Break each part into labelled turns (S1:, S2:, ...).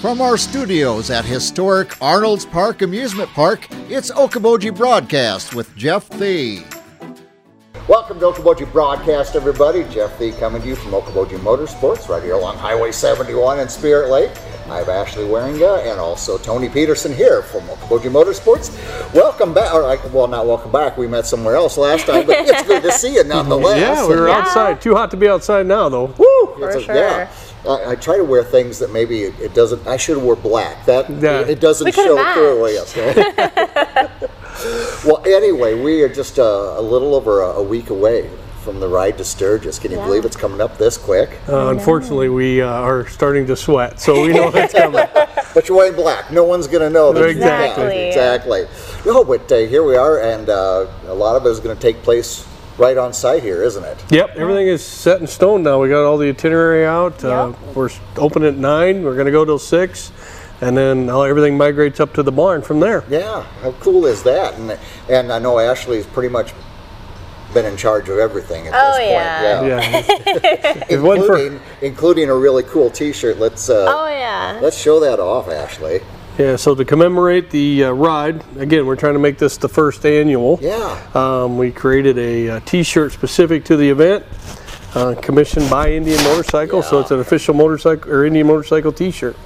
S1: From our studios at historic Arnold's Park Amusement Park, it's Okoboji Broadcast with Jeff Thee. Welcome to Okoboji Broadcast, everybody. Jeff Thee coming to you from Okoboji Motorsports right here along Highway 71 in Spirit Lake. I have Ashley Waringa and also Tony Peterson here from Okoboji Motorsports. Welcome back. Or, like, well, not welcome back. We met somewhere else last time, but it's good to see you nonetheless.
S2: Yeah, we were
S1: And-
S2: outside. Too hot to be outside now, though. Woo! Uh,
S1: It's
S3: For
S1: a- Yeah. I, I try to wear things that maybe it, it doesn't. I should have wore black. That
S2: Yeah.
S1: it doesn't
S3: We
S1: show
S3: could've matched.
S1: clearly. Yes. well, anyway, we are just uh, a little over a, a week away from the ride to Sturgis. Can you believe it's coming up this quick?
S2: Uh, unfortunately, we uh, are starting to sweat, so we know it's coming.
S1: But you're wearing black. No one's going to know. that-
S2: Exactly.
S1: Yeah, exactly. No, but uh, here we are, and uh, a lot of it is going to take place right on site here, isn't it?
S2: yep, everything is set in stone now. We got all the itinerary out. Uh, we're s- open at nine. We're going to go till six, and then all, everything migrates up to the barn from there.
S1: Yeah, how cool is that? And and I know Ashley's pretty much been in charge of everything at
S3: Oh,
S1: this
S3: yeah.
S1: point.
S2: Yeah, It wasn't for-
S1: including, including a really cool T-shirt. Let's uh,
S3: Oh yeah.
S1: let's show that off, Ashley.
S2: yeah. So to commemorate the uh, ride, again, we're trying to make this the first annual.
S1: Yeah,
S2: Um, we created a, uh t t-shirt specific to the event, uh, commissioned by Indian Motorcycle. So
S1: Yeah.
S2: it's an official motorcycle or Indian Motorcycle T-shirt.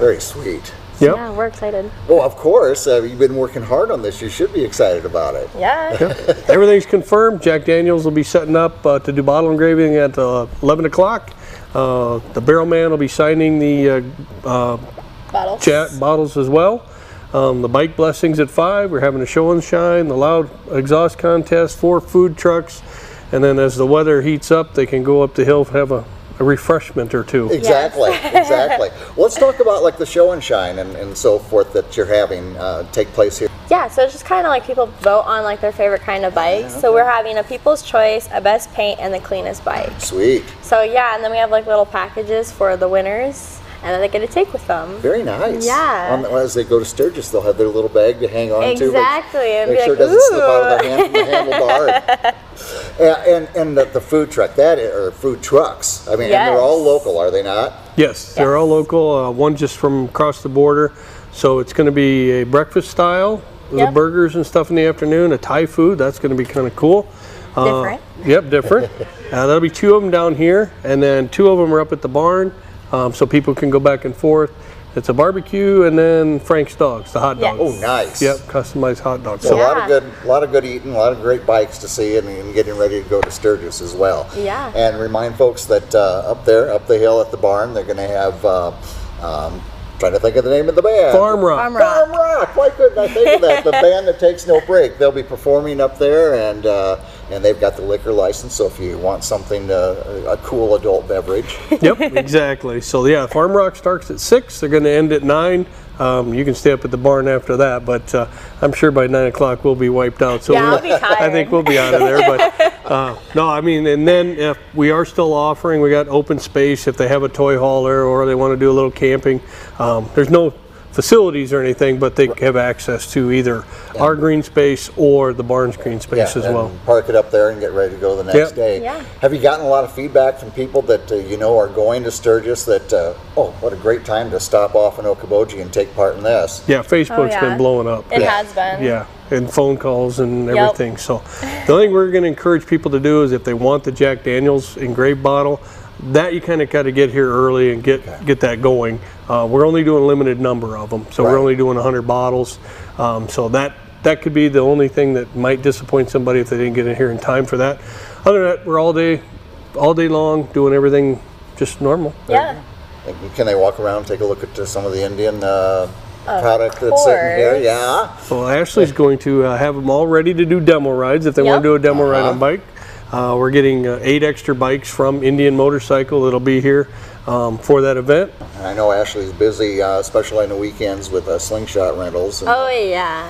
S1: very sweet.
S2: Yep.
S3: Yeah, we're excited.
S1: Well, of course, uh, you've been working hard on this. You should be excited about it.
S3: Yeah.
S2: Everything's confirmed. Jack Daniels will be setting up uh, to do bottle engraving at uh, 11 o'clock. Uh, the barrel man will be signing the uh, uh,
S3: Bottle.
S2: chat bottles as well. Um, the bike blessings at five. We're having a show and shine. The loud exhaust contest. Four food trucks, and then as the weather heats up, they can go up the hill have a, a refreshment or two.
S1: Exactly, exactly. Let's talk about like the show and shine and, and so forth that you're having uh, take place here.
S3: Yeah, so it's just kind of like people vote on like their favorite kind of bike. So we're having a people's choice, a best paint, and the cleanest bike.
S1: Sweet,
S3: So yeah, and then we have like little packages for the winners, and then they get a take with them.
S1: very nice.
S3: Yeah.
S1: On the- as they go to Sturgis, they'll have their little bag to hang on to. but-
S3: Exactly, and
S1: Make
S3: be
S1: sure it
S3: like,
S1: doesn't slip out
S3: ooh.
S1: of the hand from the handlebar. and and, and the, the food truck that is, or food trucks. I mean, and they're all
S3: Yes.
S1: local, are they not?
S2: Yes, they're all local. Uh, one just from across the border. So it's going to be a breakfast style with the
S3: Yep.
S2: burgers and stuff in the afternoon, a Thai food. That's going to be kind of cool. Uh,
S3: Different.
S2: Yep, different. uh, there'll be two of them down here, and then two of them are up at the barn, um, so people can go back and forth. It's a barbecue, and then Frank's Dogs, the hot
S3: Yes.
S2: dog.
S1: Oh, nice.
S2: Yep, customized hot dog.
S1: So a lot of
S3: Yeah.
S1: good, a lot of good eating, a lot of great bikes to see, and, and getting ready to go to Sturgis as well.
S3: Yeah.
S1: And remind folks that uh, up there, up the hill at the barn, they're going to have. Uh, um, trying to think of the name of the band.
S2: Farm Rock.
S3: Farm Rock.
S1: Farm Rock. Why couldn't I think of that? The band that takes no break. They'll be performing up there, and uh, and they've got the liquor license. So if you want something, uh, a cool adult beverage,
S2: yep, exactly. So yeah, Farm Rock starts at six. They're going to end at nine. Um, you can stay up at the barn after that, but uh, I'm sure by nine o'clock we'll be wiped out. So
S3: Yeah, I'll
S2: we
S3: be
S2: I think
S3: tired.
S2: we'll be out of there. But uh, no, I mean, and then if we are still offering, we got open space if they have a toy hauler or they want to do a little camping. Um, there's no facilities or anything, but they have access to either our green space or the barn's green space as
S1: and
S2: well.
S1: Park it up there and get ready to go the next
S2: Yep.
S1: day.
S3: Yeah.
S1: Have you gotten a lot of feedback from people that uh, you know are going to Sturgis? That uh, oh, what a great time to stop off in Okoboji and take part in this.
S2: Yeah, Facebook's
S3: Oh, yeah.
S2: been blowing up.
S3: It
S1: Yeah.
S3: has been.
S2: Yeah, and phone calls and
S3: Yep.
S2: everything. So the only thing we're going to encourage people to do is if they want the Jack Daniels engraved bottle, that you kind of got to get here early and get get that going. Uh, we're only doing a limited number of them, so
S1: Right.
S2: we're only doing 100 bottles. Um, so that that could be the only thing that might disappoint somebody if they didn't get in here in time for that. Other than that, we're all day all day long doing everything just normal.
S3: Yeah.
S1: Like, Can they walk around, and take a look at uh, some of the Indian uh, product that's sitting here?
S3: course.
S1: Yeah.
S2: Well, Ashley's going to uh, have them all ready to do demo rides if they want
S3: Yep. Uh-huh.
S2: to do a demo ride on bike. Uh, we're getting uh, eight extra bikes from Indian Motorcycle that'll be here um, for that event.
S1: And I know Ashley's busy, uh, especially on the weekends with uh, slingshot rentals. And,
S3: Oh yeah.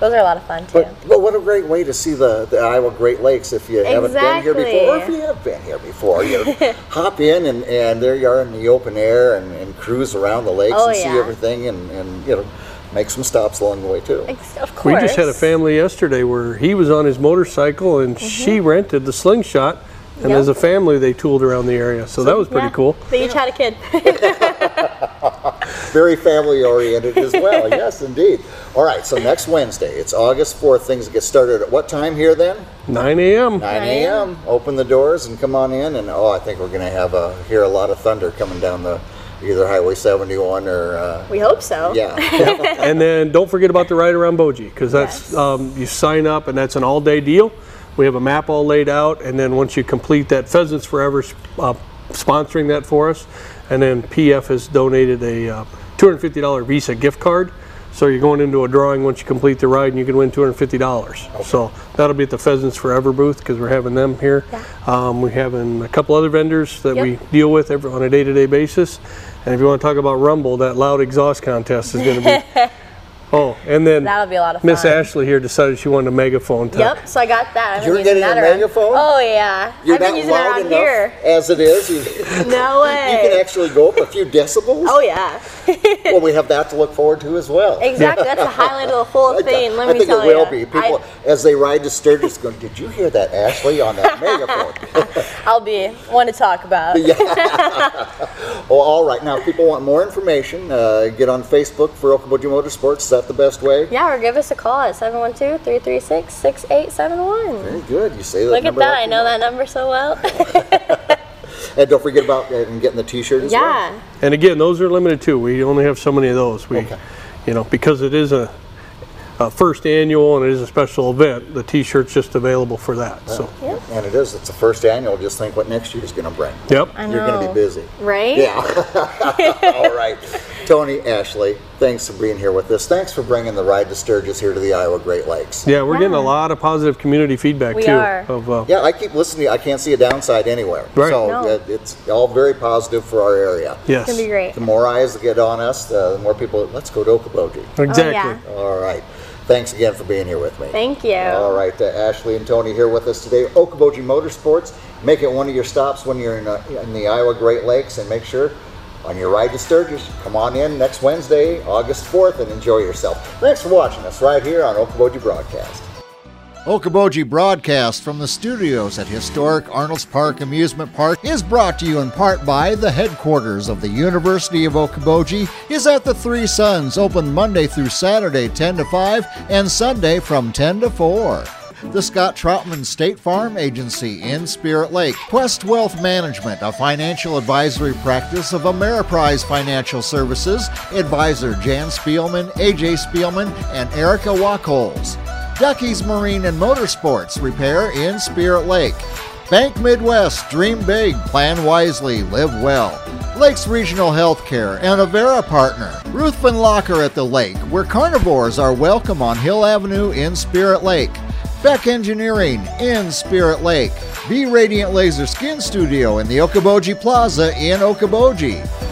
S3: Those are a lot of fun too.
S1: But, but what a great way to see the, the Iowa Great Lakes if you haven't been here before, or if you have been here before. You hop in and, and there you are in the open air and, and cruise around the lakes
S3: Oh,
S1: and see
S3: yeah.
S1: everything and, and you know make some stops along the way too.
S3: Ex- of
S2: We
S3: course. Mm-hmm.
S2: just had a family yesterday where he was on his motorcycle and she rented the slingshot, and
S3: Yep.
S2: as a family they tooled around the area. So that was pretty
S3: Yeah.
S2: cool.
S3: They each had a kid.
S1: very family oriented as well. yes, indeed. All right, so next Wednesday, it's August 4th. Things get started at what time here then?
S2: 9 a.m.
S1: 9 a.m. Open the doors and come on in. And oh, I think we're going to have a, hear a lot of thunder coming down the either Highway 71 or, uh,
S3: We hope so.
S1: yeah.
S2: and then don't forget about the ride around Boji because that's
S3: Yes.
S2: um, you sign up and that's an all day deal. We have a map all laid out, and then once you complete that, Pheasants Forever uh, sponsoring that for us, and then PF has donated a uh, $250 Visa gift card. So you're going into a drawing once you complete the ride, and you can win $250. So that'll be at the Pheasants Forever booth because we're having them here. Um, we're having a couple other vendors that we
S3: Yep.
S2: deal with every, on a day-to-day basis. And if you want to talk about Rumble, that loud exhaust contest is going to be Oh, and then
S3: That'll be a lot of
S2: Miss
S3: fun.
S2: Ashley here decided she wanted a megaphone. To,
S3: Yep, so I got that. I've
S1: You're
S3: been using
S1: getting a
S3: that around-
S1: megaphone?
S3: Oh yeah,
S1: You're
S3: I've been
S1: not
S3: using it
S1: loud
S3: around
S1: enough
S3: here.
S1: As it is, you,
S3: No
S1: you can
S3: way.
S1: actually go up a few decibels.
S3: oh yeah,
S1: Well, we have that to look forward to as well.
S3: exactly. That's the highlight of the whole thing. Let
S1: I
S3: me
S1: think
S3: tell
S1: it will
S3: ya.
S1: be. People, as they ride to Sturgis, going, "Did you hear that, Ashley, on that megaphone?"
S3: I, will be one to talk about.
S1: well, all right. Now, if people want more information, uh, get on Facebook for Okoboji Motorsports. Is that the best way?
S3: Yeah, or give us a call at 712-336-6871.
S1: Very good. You say Mm-hmm. that.
S3: Look at
S1: number
S3: that.
S1: like
S3: I
S1: you
S3: know that number so well.
S1: And don't forget about uh, getting the T-shirt as well.
S3: yeah.
S2: And again, those are limited too. We only have so many of those. We,
S1: Okay.
S2: you know, because it is a, a first annual and it is a special event. The T-shirt's just available for that. So,
S1: And it is. It's the first annual. Just think what next year's going to bring.
S2: yep.
S1: You're going to
S3: know.
S1: be busy.
S3: Right?
S1: Yeah. All right. Tony, Ashley, thanks for being here with us. Thanks for bringing the ride to Sturgis here to the Iowa Great Lakes.
S2: Yeah, we're getting a lot of positive community feedback
S3: We
S2: too.
S3: are.
S2: Of uh,
S1: Yeah, I keep listening. I can't see a downside anywhere.
S2: Right.
S1: So
S3: No.
S1: it- it's all very positive for our area.
S2: yes,
S3: It's going to be great.
S1: The more eyes that get on us, uh, the more people, let's go to Okoboji.
S2: exactly.
S3: Oh, yeah.
S1: All right. Thanks again for being here with me.
S3: Thank you.
S1: All right, uh, Ashley and Tony here with us today. Okoboji Motorsports. Make it one of your stops when you're in, uh, in the Iowa Great Lakes, and make sure on your ride to Sturgis, come on in next Wednesday, August 4th, and enjoy yourself. Thanks for watching us right here on Okoboji Broadcast.
S4: Okoboji broadcast from the studios at historic Arnold's Park Amusement Park is brought to you in part by the headquarters of the University of Okoboji is at the Three Suns, open Monday through Saturday 10 to 5 and Sunday from 10 to 4. The Scott Troutman State Farm Agency in Spirit Lake, Quest Wealth Management, a financial advisory practice of Ameriprise Financial Services, advisor Jan Spielman, AJ Spielman, and Erica Wachholz. Ducky's Marine and Motorsports Repair in Spirit Lake. Bank Midwest, dream big, plan wisely, live well. Lakes Regional Healthcare and Avera Partner. Ruthven Locker at the Lake, where carnivores are welcome on Hill Avenue in Spirit Lake. Beck Engineering in Spirit Lake, B Radiant Laser Skin Studio in the Okoboji Plaza in Okoboji,